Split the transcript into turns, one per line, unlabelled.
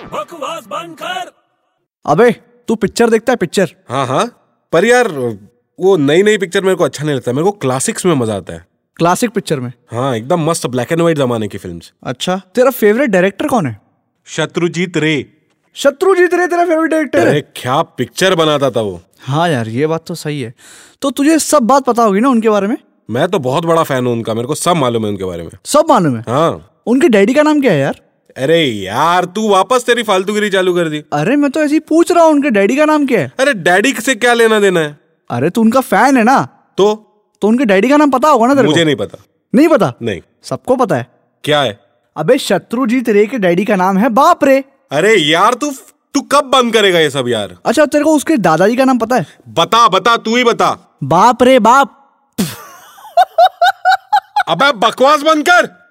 आवाज बंद कर
अबे तू पिक्चर देखता है पिक्चर
हाँ हाँ पर यार वो नई नई पिक्चर मेरे को अच्छा नहीं लगता मेरे को क्लासिक्स में मजा आता है
क्लासिक पिक्चर में
हाँ एकदम मस्त ब्लैक एंड व्हाइट जमाने की फिल्म्स
अच्छा तेरा फेवरेट डायरेक्टर कौन है
शत्रुजीत रे
शत्रुजीत रे तेरा फेवरेट डायरेक्टर है
अरे क्या पिक्चर बनाता था वो
हाँ यार ये बात तो सही है तो तुझे सब बात पता होगी ना उनके बारे में
मैं तो बहुत बड़ा फैन हूँ उनका मेरे को सब मालूम है उनके बारे में
सब मालूम है
हाँ
उनके डैडी का नाम क्या है यार
अरे यार तू वापस तेरी फालतूगिरी चालू कर दी
अरे मैं तो ऐसे ही पूछ रहा हूँ उनके डैडी का नाम क्या है
अरे डैडी से क्या लेना देना है
अरे तू उनका फैन है ना
तो
तो उनके डैडी का नाम पता होगा ना तेरे
मुझे
को
नहीं पता
नहीं पता
नहीं
सबको पता है
क्या है
अबे शत्रुजीत रे के डैडी का नाम है बाप रे
अरे यार तू तू कब बंद करेगा ये सब यार
अच्छा तेरे को उसके दादाजी का नाम पता है
बता बता तू ही बता
बाप रे बाप
अबे बकवास बंद कर